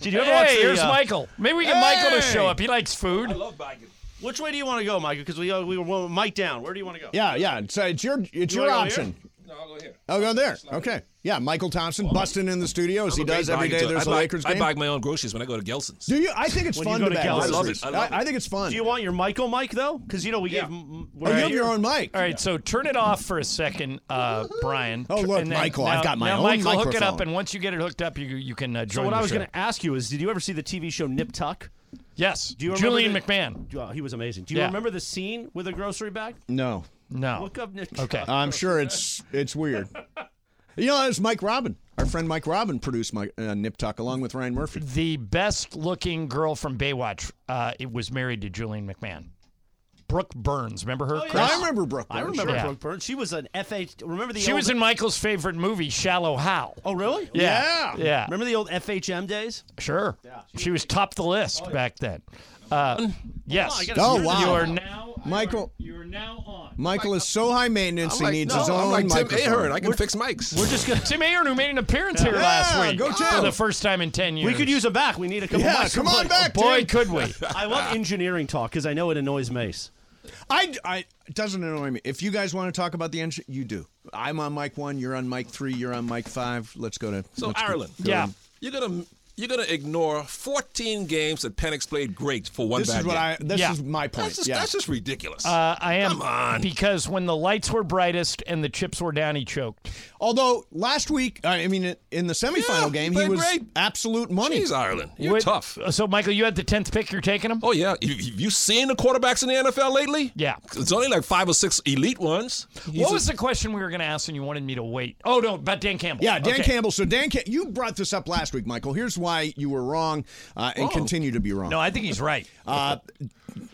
Did you ever watch Hey, the, here's uh, Michael. Maybe we get Michael to show up. He likes food. Which way do you want to go, Michael? Because we, uh, we were well, mic down. Where do you want to go? Yeah, yeah. So it's your it's You your wanna go here? option. No, I'll go here. I'll go there. Okay. Yeah, Michael Thompson busting in the studio as he does every day. There's a Lakers game. my own groceries when I go to Gelson's. Do you? I think it's When you fun go to to bag. Gallagher's. I love it. I love I, I think it's fun. Do you want your Michael mic though? Because you know we gave. Oh, you have your own mic. All right, so turn it off for a second, uh, Brian. Oh, Tr- look, and then Michael, now, I've got my now own Michael, hook it up, microphone. and once you get it hooked up, you you can uh, So join. what the I was show. going to ask you is, did you ever see the TV show Nip Tuck? yes, Do you remember Julian the- McMahon? Uh, he was amazing. Do you Yeah. remember the scene with a grocery bag? No, No. Look up Nip Tuck. Okay. I'm sure it's it's weird. You know, it's Mike Robin. Our friend Mike Robin produced my, uh, Nip Tuck along with Ryan Murphy. the best looking girl from Baywatch uh, it was married to Julian McMahon. Brooke Burns, remember her? Chris? I remember Brooke. Oh, I remember Yeah. Brooke Burns. She was an FA. Remember the She old, was in Michael's favorite movie, Shallow Hal. Oh really? yeah. Yeah. Remember the old FHM days? Oh, Sure. she was top the list back then. Uh, yes. gotta- Oh You wow! You are now Michael- You are now on. Michael is so high maintenance he needs his I'm own like Tim microphone. Ahern. I can fix mics. We're just gonna. Tim Aaron, who made an appearance here Yeah, last week go for Tim. the first time in ten years. We could use a back. We need a couple. Yeah, mics. come on Oh, back, Boy, Tim. could we? I love engineering talk because I know it annoys Mace. I, I it doesn't annoy me. If you guys want to talk about the engine, you do. I'm on mic one. You're on mic three. You're on mic five. Let's go to So let's go- Ireland, Yeah. you're gonna you're gonna ignore 14 games that Penix played great for one This bad is what game. I. This Yeah. is my point. That's just, yeah. that's just ridiculous. Uh, I am Come on. because when the lights were brightest and the chips were down, he choked. Although last week, I mean, in the semifinal Yeah, game, he played was great. absolute money. Jeez, Ireland, you're What- uh, tough. So, Michael, you had the tenth pick. You're taking him. Oh yeah, you, you seen the quarterbacks in the NFL lately? Yeah. it's only like five or six elite ones. He's What a- was the question we were going to ask and you wanted me to wait? Oh, no, about Dan Campbell. Yeah, Dan Okay. Campbell. So Dan, Cam- you brought this up last week, Michael. Here's why you were wrong uh, and continue to be wrong. No, I think he's right. uh,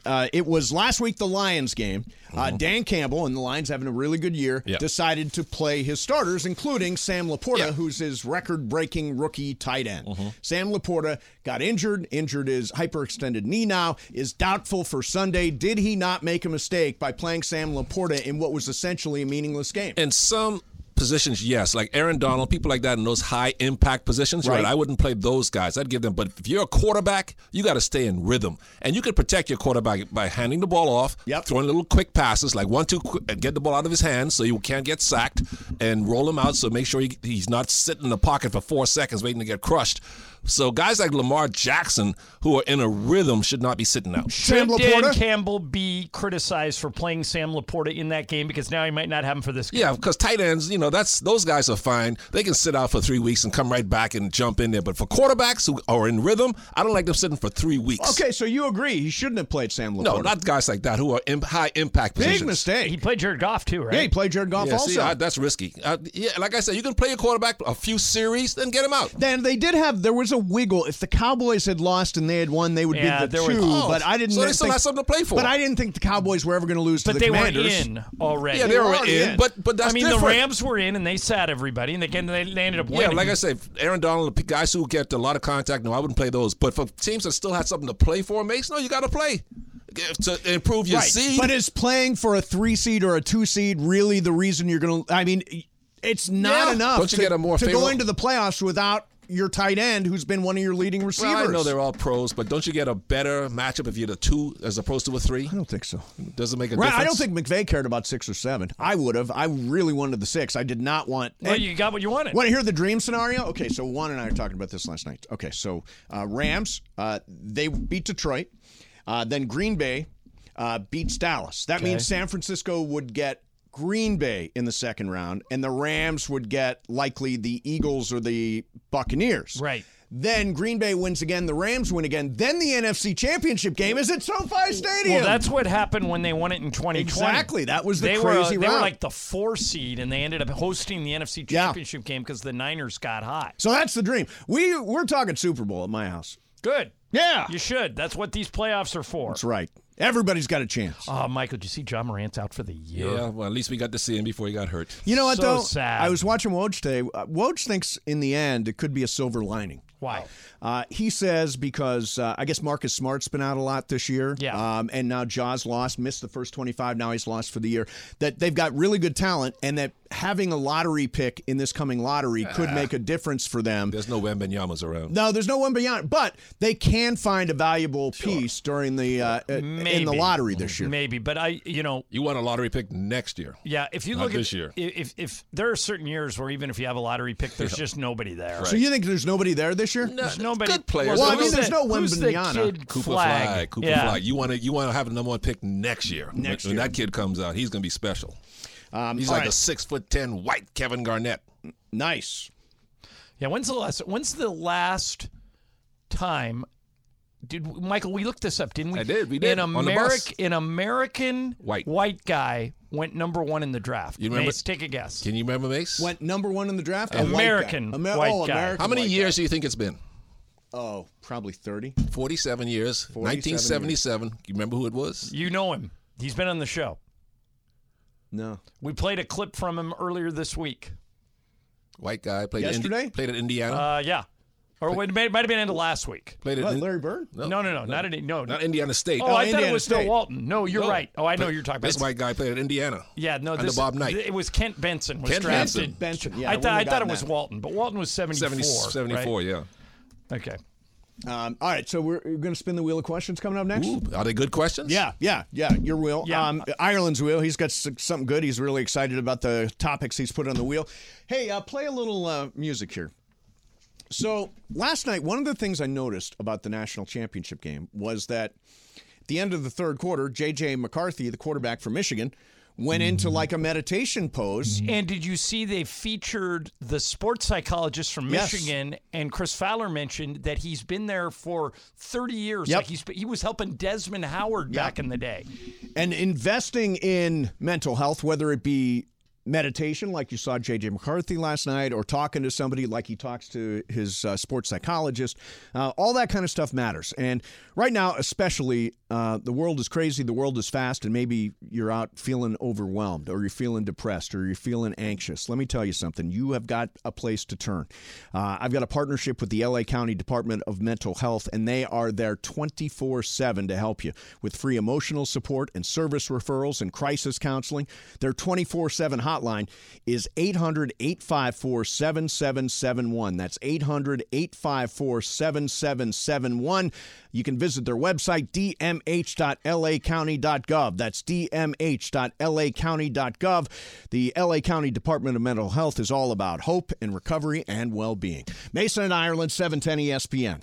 uh, it was last week the Lions game. Mm-hmm. Uh, Dan Campbell and the Lions having a really good year Yeah. decided to play his starters, including Sam Laporta, Yeah. who's his record-breaking rookie tight end. Mm-hmm. Sam Laporta got injured, injured his hyperextended knee. Now is doubtful for Sunday. Did he not make a mistake by playing Sam Laporta in what was essentially a meaningless game? and some positions, yes, like Aaron Donald, people like that in those high impact positions, you're Right. right. I wouldn't play those guys. I'd give them. But if you're a quarterback, you got to stay in rhythm, and you can protect your quarterback by handing the ball off, throwing little quick passes, like one two, quick, and get the ball out of his hands so you can't get sacked, and roll him out. So make sure he, he's not sitting in the pocket for four seconds waiting to get crushed. So guys like Lamar Jackson, who are in a rhythm, should not be sitting out. Should Dan Campbell be criticized for playing Sam Laporta in that game because now he might not have him for this game? Yeah, because tight ends, you know, that's those guys are fine. They can sit out for three weeks and come right back and jump in there. But for quarterbacks who are in rhythm, I don't like them sitting for three weeks. Okay, so you agree he shouldn't have played Sam Laporta. No, not guys like that who are in high impact Big positions. mistake. He played Jared Goff too, right? Yeah, he played Jared Goff yeah, also. See, I- that's risky. Uh, yeah, like I said, you can play your quarterback a few series, then get him out. Then they did have there was a wiggle. If the Cowboys had lost and they had won, they would Yeah, be the there two. was- Oh, but I didn't. so they think, still had something to play for. But I didn't think the Cowboys were ever going to lose But to the they were Commanders. in already. Yeah, they They were were already in, in. but- but that's I mean, the different. Rams were in and they sat everybody, and again they, they ended up Yeah, winning. like I said, Aaron Donald, the guys who get a lot of contact, no, I wouldn't play those. But for teams that still had something to play for, Mace, no, you got to play to improve your right. seed. But is playing for a three seed or a two seed really the reason you're going to? I mean, it's not Yeah. enough Don't you to, get a more to go favorable- into the playoffs without your tight end who's been one of your leading receivers. Well, I know they're all pros, but don't you get a better matchup if you're the two as opposed to a three? I don't think so. Doesn't make a Right, difference. I don't think McVay cared about six or seven. I would have. I really wanted the six. I did not want. Well, you got what you wanted. Want to hear the dream scenario? Okay, so Juan and I were talking about this last night. Okay, so uh, Rams, uh, they beat Detroit. Uh, then Green Bay uh, beats Dallas. That Okay. means San Francisco would get Green Bay in the second round, and the Rams would get likely the Eagles or the Buccaneers. Right. Then Green Bay wins again, the Rams win again. Then the NFC Championship game is at SoFi Stadium. Well, that's what happened when they won it in 2020. Exactly. That was the they crazy were, They were round. like the four seed, and they ended up hosting the NFC Yeah. Championship game because the Niners got hot. So that's the dream. We we're talking Super Bowl at my house. Good. Yeah. You should. That's what these playoffs are for. That's right. Everybody's got a chance. Oh, Michael, did you see John Morant's out for the year? Yeah, well, at least we got to see him before he got hurt. You know what So though? sad. I was watching Woj today. Uh, Woj thinks in the end it could be a silver lining. Why? Uh, he says because uh, I guess Marcus Smart's been out a lot this year. Yeah. Um, and now Jaws lost, missed the first 25. Now he's lost for the year. That they've got really good talent and that having a lottery pick in this coming lottery could Ah. make a difference for them. There's no Wembenyamas around. No, there's no one beyond, but they can find a valuable piece during the uh, uh, in the Maybe. lottery Mm-hmm. this year. Maybe, but I, you know, you want a lottery pick next year. Yeah, if you Not look at this year. i- if if there are certain years where even if you have a lottery pick, there's just nobody there. So you think there's nobody there this year? There's nobody. Well, I mean, there's no Wembenyana. Cooper Flag. Cooper Flag. You want to you want to have a number one pick next year. Next when, year. Um, when that kid comes out, he's going to be special. he's all like right. a six foot ten white Kevin Garnett. Nice. Yeah. When's the last? When's the last time? Did Michael? We looked this up, didn't we? I did. we did, An on the bus. American, an American white white guy went number one in the draft. You remember- Mace, take a guess. Can you remember Mace? Went number one in the draft. A white guy. American Amer- white oh, guy. American How many white years do you think it's been? guy. Oh, probably 30. 47 years. 1977. You remember who it was? You know him. He's been on the show. No. We played a clip from him earlier this week. White guy played at Indi- Yesterday? played at Indiana. Uh, yeah. Or it may- might have been into last week. Played at What, Ind- Larry Bird? No, no, no, not at no, Not Indiana State. Oh, I thought it was Bill Walton. No, you're No. right. Oh, I know But you're talking This about white guy played at Indiana. Yeah, no, Under this Bob Knight. th- It was Kent Benson was Kent Benson. drafted. Benson, yeah, I wouldn't thought have I thought it gotten was that. Walton, but Walton was 74. 70 right? 74, yeah. Okay. Um, all right, so we're, going to spin the wheel of questions coming up next. Are they good questions? Yeah, yeah, yeah. Your wheel. Um, Ireland's wheel. He's got s- something good. He's really excited about the topics he's put on the wheel. Hey, uh, play a little uh, music here. So last night, one of the things I noticed about the national championship game was that at the end of the third quarter, J.J. McCarthy, the quarterback from Michigan, went Mm-hmm. into like a meditation pose. And did you see they featured the sports psychologist from Yes. Michigan? And Chris Fowler mentioned that he's been there for 30 years. Yep. Like he's, he was helping Desmond Howard back in the day. And investing in mental health, whether it be meditation, like you saw JJ McCarthy last night, or talking to somebody like he talks to his uh, sports psychologist, uh, all that kind of stuff matters. And right now, especially, uh, the world is crazy, the world is fast, and maybe you're out feeling overwhelmed, or you're feeling depressed, or you're feeling anxious. Let me tell you something you have got a place to turn. Uh, I've got a partnership with the LA County Department of Mental Health, and they are there 24 7 to help you with free emotional support and service referrals and crisis counseling. Their 24 7 hotline hotline is 800 854 7771. That's 800 854 7771. You can visit their website, dmh.lacounty.gov. That's dmh.lacounty.gov. The LA County Department of Mental Health is all about hope and recovery and well being. Mason and Ireland, E 710 ESPN.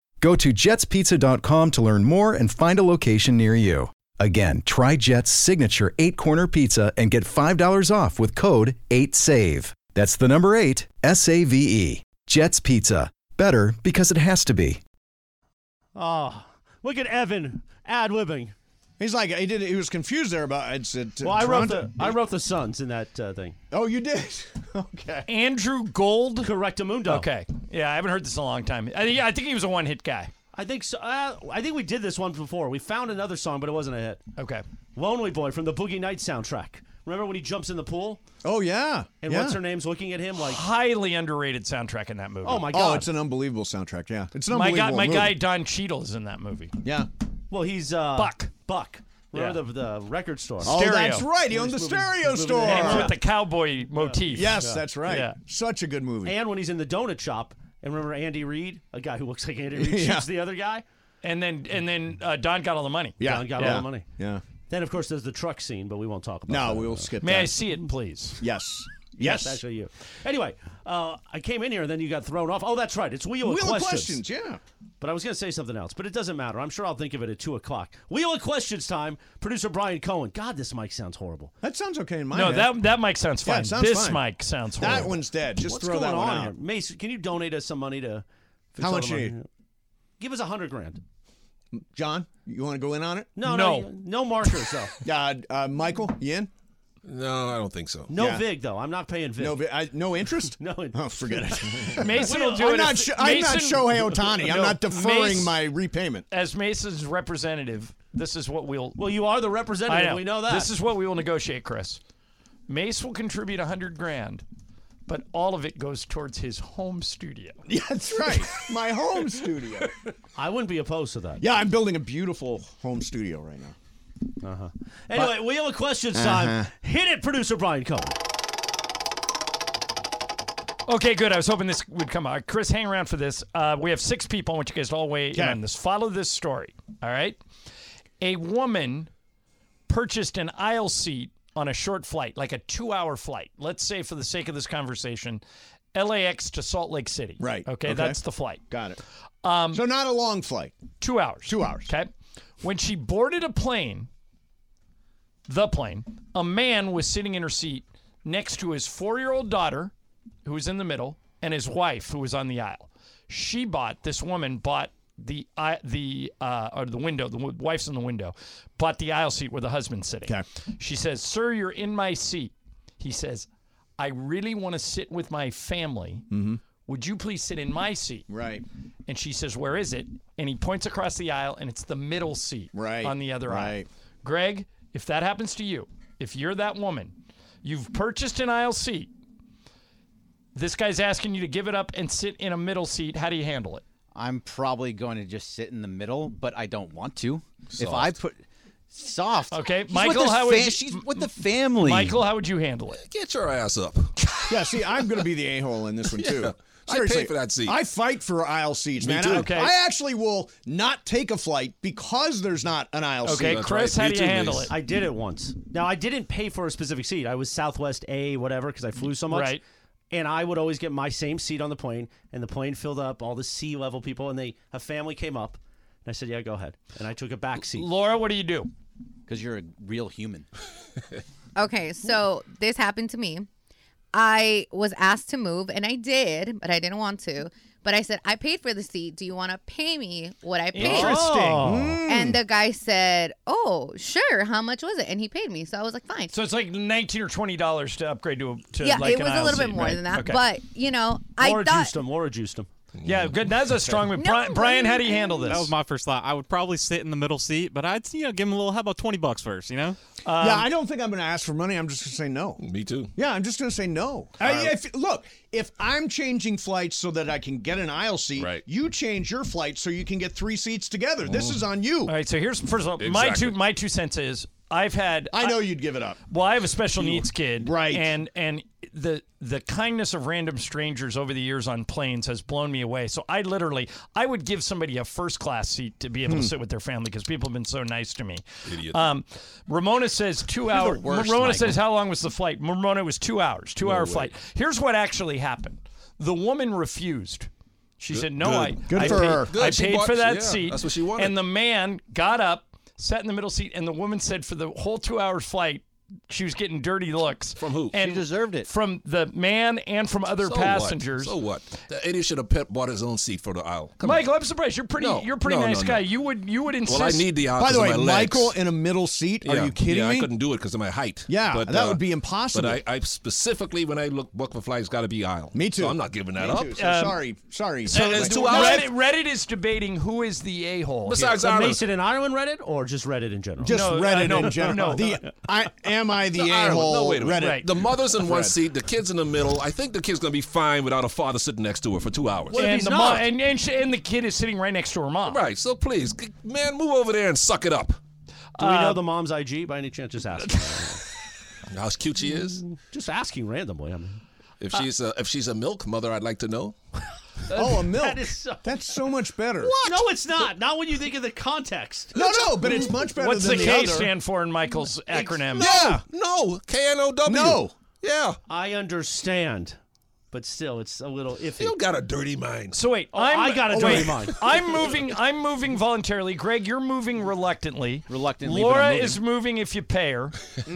Go to jetspizza.com to learn more and find a location near you. Again, try Jet's signature eight corner pizza and get $5 off with code 8SAVE. That's the number eight, S A V E. Jet's Pizza. Better because it has to be. Oh, look at Evan ad libbing. He's like he did. He was confused there about. I said, Well, I wrote the Toronto- I wrote the Suns in that uh, thing. Oh, you did. okay. Andrew Gold. Correctamundo. Okay. Yeah, I haven't heard this in a long time. I, yeah, I think he was a one hit guy. I think so. Uh, I think we did this one before. We found another song, but it wasn't a hit. Okay. Lonely Boy from the Boogie Nights soundtrack. Remember when he jumps in the pool? Oh yeah. And what's her name's looking at him like, Highly underrated soundtrack in that movie. Oh, my God. Oh, it's an unbelievable soundtrack. Yeah, it's an my unbelievable guy, my movie. guy Don Cheadle is in that movie. Yeah. well, he's uh, Buck. Buck. Remember Yeah. the, the record store? Oh, Stereo. that's right. He owned the He's moving- stereo he's moving store. the And with the cowboy motif. Yes, that's right. Yeah. Such a good movie. And when he's in the donut shop, and remember Andy Reid, a guy who looks like Andy [LAUGHS] Reid, Yeah. shoots the other guy. And then and then uh, Don got all the money. yeah. Don got yeah. all the money. Yeah. Then of course there's the truck scene, but we won't talk about. No, that. we'll skip May that. I see it, please? yes. Yes, Yes. actually you. Anyway, uh, I came in here and then you got thrown off. Oh, that's right. It's Wheel, Wheel of of Questions. questions. Yeah. But I was going to say something else, but it doesn't matter. I'm sure I'll think of it at 2 o'clock. Wheel of Questions time. Producer Brian Cohen. God, this mic sounds horrible. That sounds okay in my no, head. that that mic sounds Yeah, fine. it sounds this fine. mic sounds horrible. that one's dead. Just What's throw going that one on out. here? Mace, can you donate us some money to fix How all much the you money? need? Give us a 100 grand. John, you want to go in on it? No, No. no, no, [LAUGHS] markers though. Uh, uh, Michael, you in? No, I don't think so. No Yeah. vig though. I'm not paying vig. No, vi- I, no interest. [LAUGHS] No, it- Oh, forget it. Mason will do I'm it. not. if- Sh- I'm not Mason- Shohei Otani. I'm No, not deferring Mace- my repayment. As Mason's representative, this is what we'll. Well, you are the I representative. know. We know that. This is what we will negotiate, Chris. Mace will contribute a hundred grand, but all of it goes towards his home studio. Yeah, [LAUGHS] that's right. My home studio. I wouldn't be opposed to that. Yeah, I'm building a beautiful home studio right now. [LAUGHS] Uh-huh. Anyway, we have a questions Uh-huh. time. Hit it, producer Brian Cohen. Okay, good. I was hoping this would come out. Chris, hang around for this. Uh, we have six people. I want you guys to all weigh in on this. Follow this story. All right. A woman purchased an aisle seat on a short flight, like a two hour flight. Let's say, for the sake of this conversation, LAX to Salt Lake City. Right. Okay. Okay. That's the flight. Um, Got it. so not a long flight. Two hours. Two hours. Okay. When she boarded a plane, the plane, a man was sitting in her seat next to his four year old daughter, who was in the middle, and his wife, who was on the aisle. She bought, this woman bought the i- the uh, or the window, the w- wife's in the window, bought the aisle seat where the husband's sitting. Okay. She says, Sir, you're in my seat. He says, I really want to sit with my family. Would you please sit in my seat? Mm-hmm. Right. And she says, Where is it? And he points across the aisle, and it's the middle seat Right, on the other aisle. right. Greg, if that happens to you, if you're that woman, you've purchased an aisle seat. This guy's asking you to give it up and sit in a middle seat. How do you handle it? I'm probably going to just sit in the middle, but I don't want to. If I put soft, Okay, She's Michael, with her how would fa- you- she's with the family? Michael, how would you handle it? Get your ass up. Yeah, see, I'm going to be the a hole in this one, too. [LAUGHS] Yeah. I paid for that seat. I fight for aisle seats, man. too. I, Okay. I actually will not take a flight because there's not an aisle Okay, seat. Chris, right. how Me do you too, handle Mace. it? I did it once. Now I didn't pay for a specific seat. I was Southwest A whatever because I flew so much. Right. And I would always get my same seat on the plane, and the plane filled up, all the sea level people, and they a family came up, and I said, "Yeah, go ahead." And I took a back seat. Laura, what do you do? Because you're a real human. Okay, so this happened to me. I was asked to move, and I did, but I didn't want to. But I said, I paid for the seat. Do you want to pay me what I paid? Interesting. Oh. Mm. And the guy said, Oh, sure. How much was it? And he paid me. So I was like, Fine. So it's like nineteen or twenty dollars to upgrade to, a- to yeah, like it an was a aisle little seat, bit more right? than that. Okay. But, you know, I Laura thought. juiced him. Laura juiced him. yeah, good. That's a strong one. Bri- Brian, how do you handle this? That was my first thought. I would probably sit in the middle seat, but I'd you know give him a little. How about twenty bucks first? You know. Um, Um, yeah, I don't think I'm going to ask for money. I'm just going to say no. Me too. Yeah, I'm just going to say no. I, if, look, if I'm changing flights so that I can get an aisle seat, you change your flight so you can get three seats together. This Mm. is on you. All right, so here's first of all, my two my two cents is I've had I know you'd give it up. Well, I have a special needs kid, Right. And and the the kindness of random strangers over the years on planes has blown me away. So I literally I would give somebody a first class seat to be able Hmm. to sit with their family because people have been so nice to me. Idiot. Um, Ramona says two You're the hours. worst, Ramona Michael. says how long was the flight? Ramona it was two hours, two No hour way. flight. Here's what actually happened. The woman refused. She said, "No, Good. I Good I for paid, her. Good. I She paid bought- for that yeah, seat. that's what she wanted. And the man got up, sat in the middle seat, and the woman said for the whole two-hour flight, she was getting dirty looks from who? And she deserved it from the man and from other So what? passengers. So what? The idiot should have pe- bought his own seat for the aisle. Come Michael, I'm surprised. You're pretty. No, you're a pretty no, no, nice no. guy. You would. You would insist. Well, I need the By opposite the of way, my legs. Michael in a middle seat? Are Yeah, you kidding yeah, me? I couldn't do it because of my height. Yeah, but, that uh, would be impossible. But I, I specifically, when I look book for flights, got to be aisle. Me too. So I'm not giving that Me up. too. So Um, sorry, sorry. So it's two Uh, hours. Reddit, Reddit is debating who is the a hole. Besides Ireland. Mason in Ireland Reddit or just Reddit in general? Just No, Reddit uh, no, in general. no. [LAUGHS] The, I, am I the, The a Ireland. hole? No, wait a minute. Reddit. The mother's in one Reddit. seat, the kid's in the middle. I think the kid's going to be fine without a father sitting next to her for two hours. and, the mom, and, and, she, and the kid is sitting right next to her mom. Right. So please, g- man, move over there and suck it up. Do we Uh, know the mom's IG by any chance? Just ask. [LAUGHS] How cute she is. Just asking randomly. I mean, if she's a, if she's a milk mother, I'd like to know. Oh, [LAUGHS] a milk. That is so. That's so much better. No, it's not. Not when you think of the context. No, no, but it's much better What's than the the K other. stand for in Michael's acronym? Oh, Yeah. No. K N O W. No. Yeah. I understand, but still, it's a little iffy. You got a dirty mind. So wait, Oh, I'm, I got a oh, dirty wait. mind. [LAUGHS] I'm moving. I'm moving voluntarily. Greg, you're moving reluctantly. Reluctantly, but I'm Laura moving. is moving if you pay her.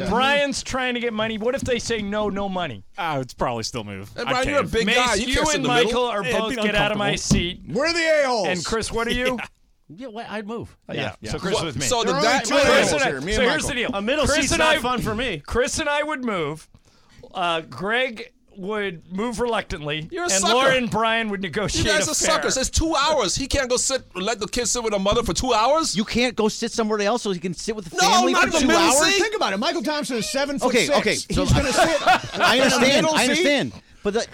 Brian's trying to get money. What if they say no, no money? Ah, I would probably still move. Hey, I'd Brian, cave. you're a big Mace, guy. You you can't sit and in the middle. Michael are It'd both be get out of my uncomfortable. seat. We're the a-holes. And Chris, what are [LAUGHS] you? [LAUGHS] Yeah, well, I'd move. Yeah. So Chris Well, with me. Uh, so the There are guy- only two wait, wait, Chris wait. and I- Here, me and so here's Michael. the deal. A middle Chris seat's and not I, fun for me. Chris and I would move. Uh, Greg would move reluctantly. You're a and sucker. Laura and Brian would negotiate. You guys a are fare. suckers. It's two hours. He can't go sit, let the kid sit with a mother for two hours. You can't go sit somewhere else so he can sit with the No, family not for the two middle hours. seat. Think about it. Michael Thompson is seven foot Okay, six. okay. He's going to sit. [LAUGHS] I in the understand. middle I seat. understand. But the,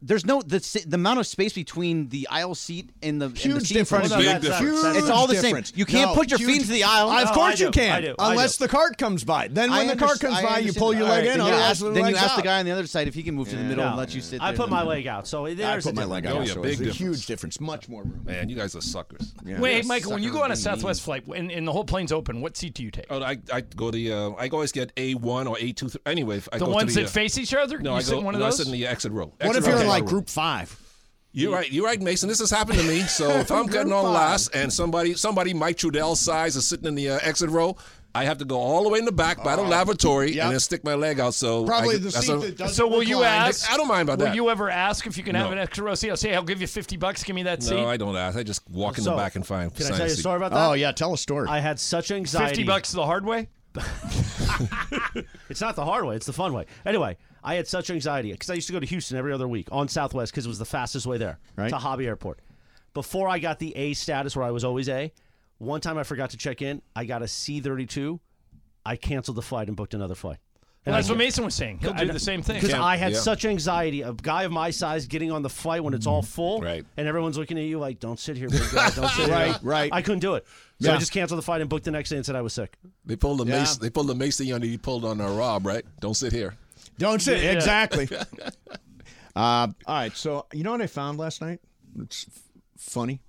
there's no the, si- the amount of space between the aisle seat and the and the Huge seat in front difference. of you. it's all the same. You can't No, put your huge- feet into the aisle. Of course you can. Unless the cart comes by. Then when I the cart understand- comes I by, you understand pull that. your All leg right, in. then you otherwise ask- the then you leg's ask the out. guy on the other side if he can move to the middle and let you sit there. I put my leg out, so there's I put a my difference. leg Oh, yeah, big It's difference. a huge difference. Much more room. Man, you guys are suckers. Wait, Michael, when you go on a Southwest flight and, and the whole plane's open, what seat do you take? Oh, I, I go the uh, I always get A one or A two. Th- anyway, if I the go to ones the, that uh, face each other? No, you I sit go. in one of no, I those? sit in the exit row. What Exit if you're row. in like group five? You're right. You're right, Mason. This has happened to [LAUGHS] me. So if I'm cutting on last, and somebody, somebody Mike Trudell size is sitting in the uh, exit row, I have to go all the way in the back by the lavatory and then stick my leg out. So I get- that's a- So will you ask? I don't mind about will that. Will you ever ask if you can have No. an extra row seat? I'll say, I'll give you 50 bucks. Give me that seat. no, I don't ask. I just walk in So, the back and find. Can I sign tell you a seat. story about that? Oh, tell a story. I had such anxiety. 50 bucks the hard way? It's not the hard way, it's the fun way. Anyway, I had such anxiety because I used to go to Houston every other week on Southwest because it was the fastest way there Right. to Hobby Airport. Before I got the A status where I was always A, one time I forgot to check in. I got a C32. I canceled the flight and booked another flight. Well, And I- that's what Mason was saying. He'll I- do the same thing. Because I had Yeah. such anxiety. A guy of my size getting on the flight when it's all Mm-hmm. full, right. and everyone's looking at you like, "Don't sit here, big guy. [LAUGHS] Don't [LAUGHS] sit here." Right, right. I couldn't do it, so I Yeah. just canceled the flight and booked the next day and said I was sick. They pulled the Yeah. mace. They pulled the mace thing on you. Pulled on uh, Rob, right? Don't sit here. Don't sit. Yeah. [LAUGHS] Exactly. Uh, all right. So you know what I found last night? It's f- funny.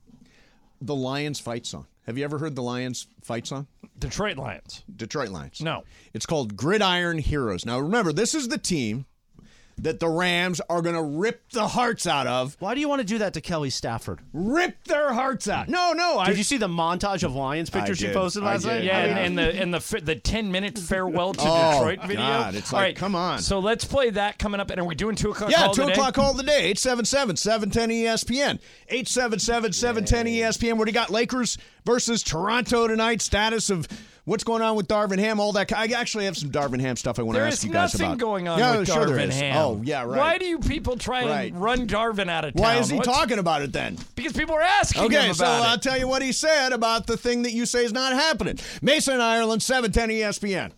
The Lions fight song. Have you ever heard the Lions fight song? Detroit Lions. Detroit Lions. No. It's called Gridiron Heroes. Now remember, this is the team that the Rams are going to rip the hearts out of. Why do you want to do that to Kelly Stafford? Rip their hearts out. No, no. I, Did you see the montage of Lions I pictures she did. posted I last night? Yeah, I mean, and, and the and the fi- the ten minute farewell to Oh, Detroit video. God, it's like, come on. So let's play that coming up. And are we doing two o'clock? Yeah, call 2 today? o'clock all the day. 877 710 ESPN. 877 710 ESPN. What do you got? Lakers versus Toronto tonight. Status of what's going on with Darvin Ham, all that. I actually have some Darvin Ham stuff I want There to ask is you guys nothing about. going on yeah, with sure there Darvin is. Ham. Oh, yeah, right. Why do you people try Right. and run Darvin out of town? Why is he What's- talking about it then? Because people are asking okay, him so uh, about I'll E tell you what he said about the thing that you say is not happening. Mason, Ireland, 710 ESPN.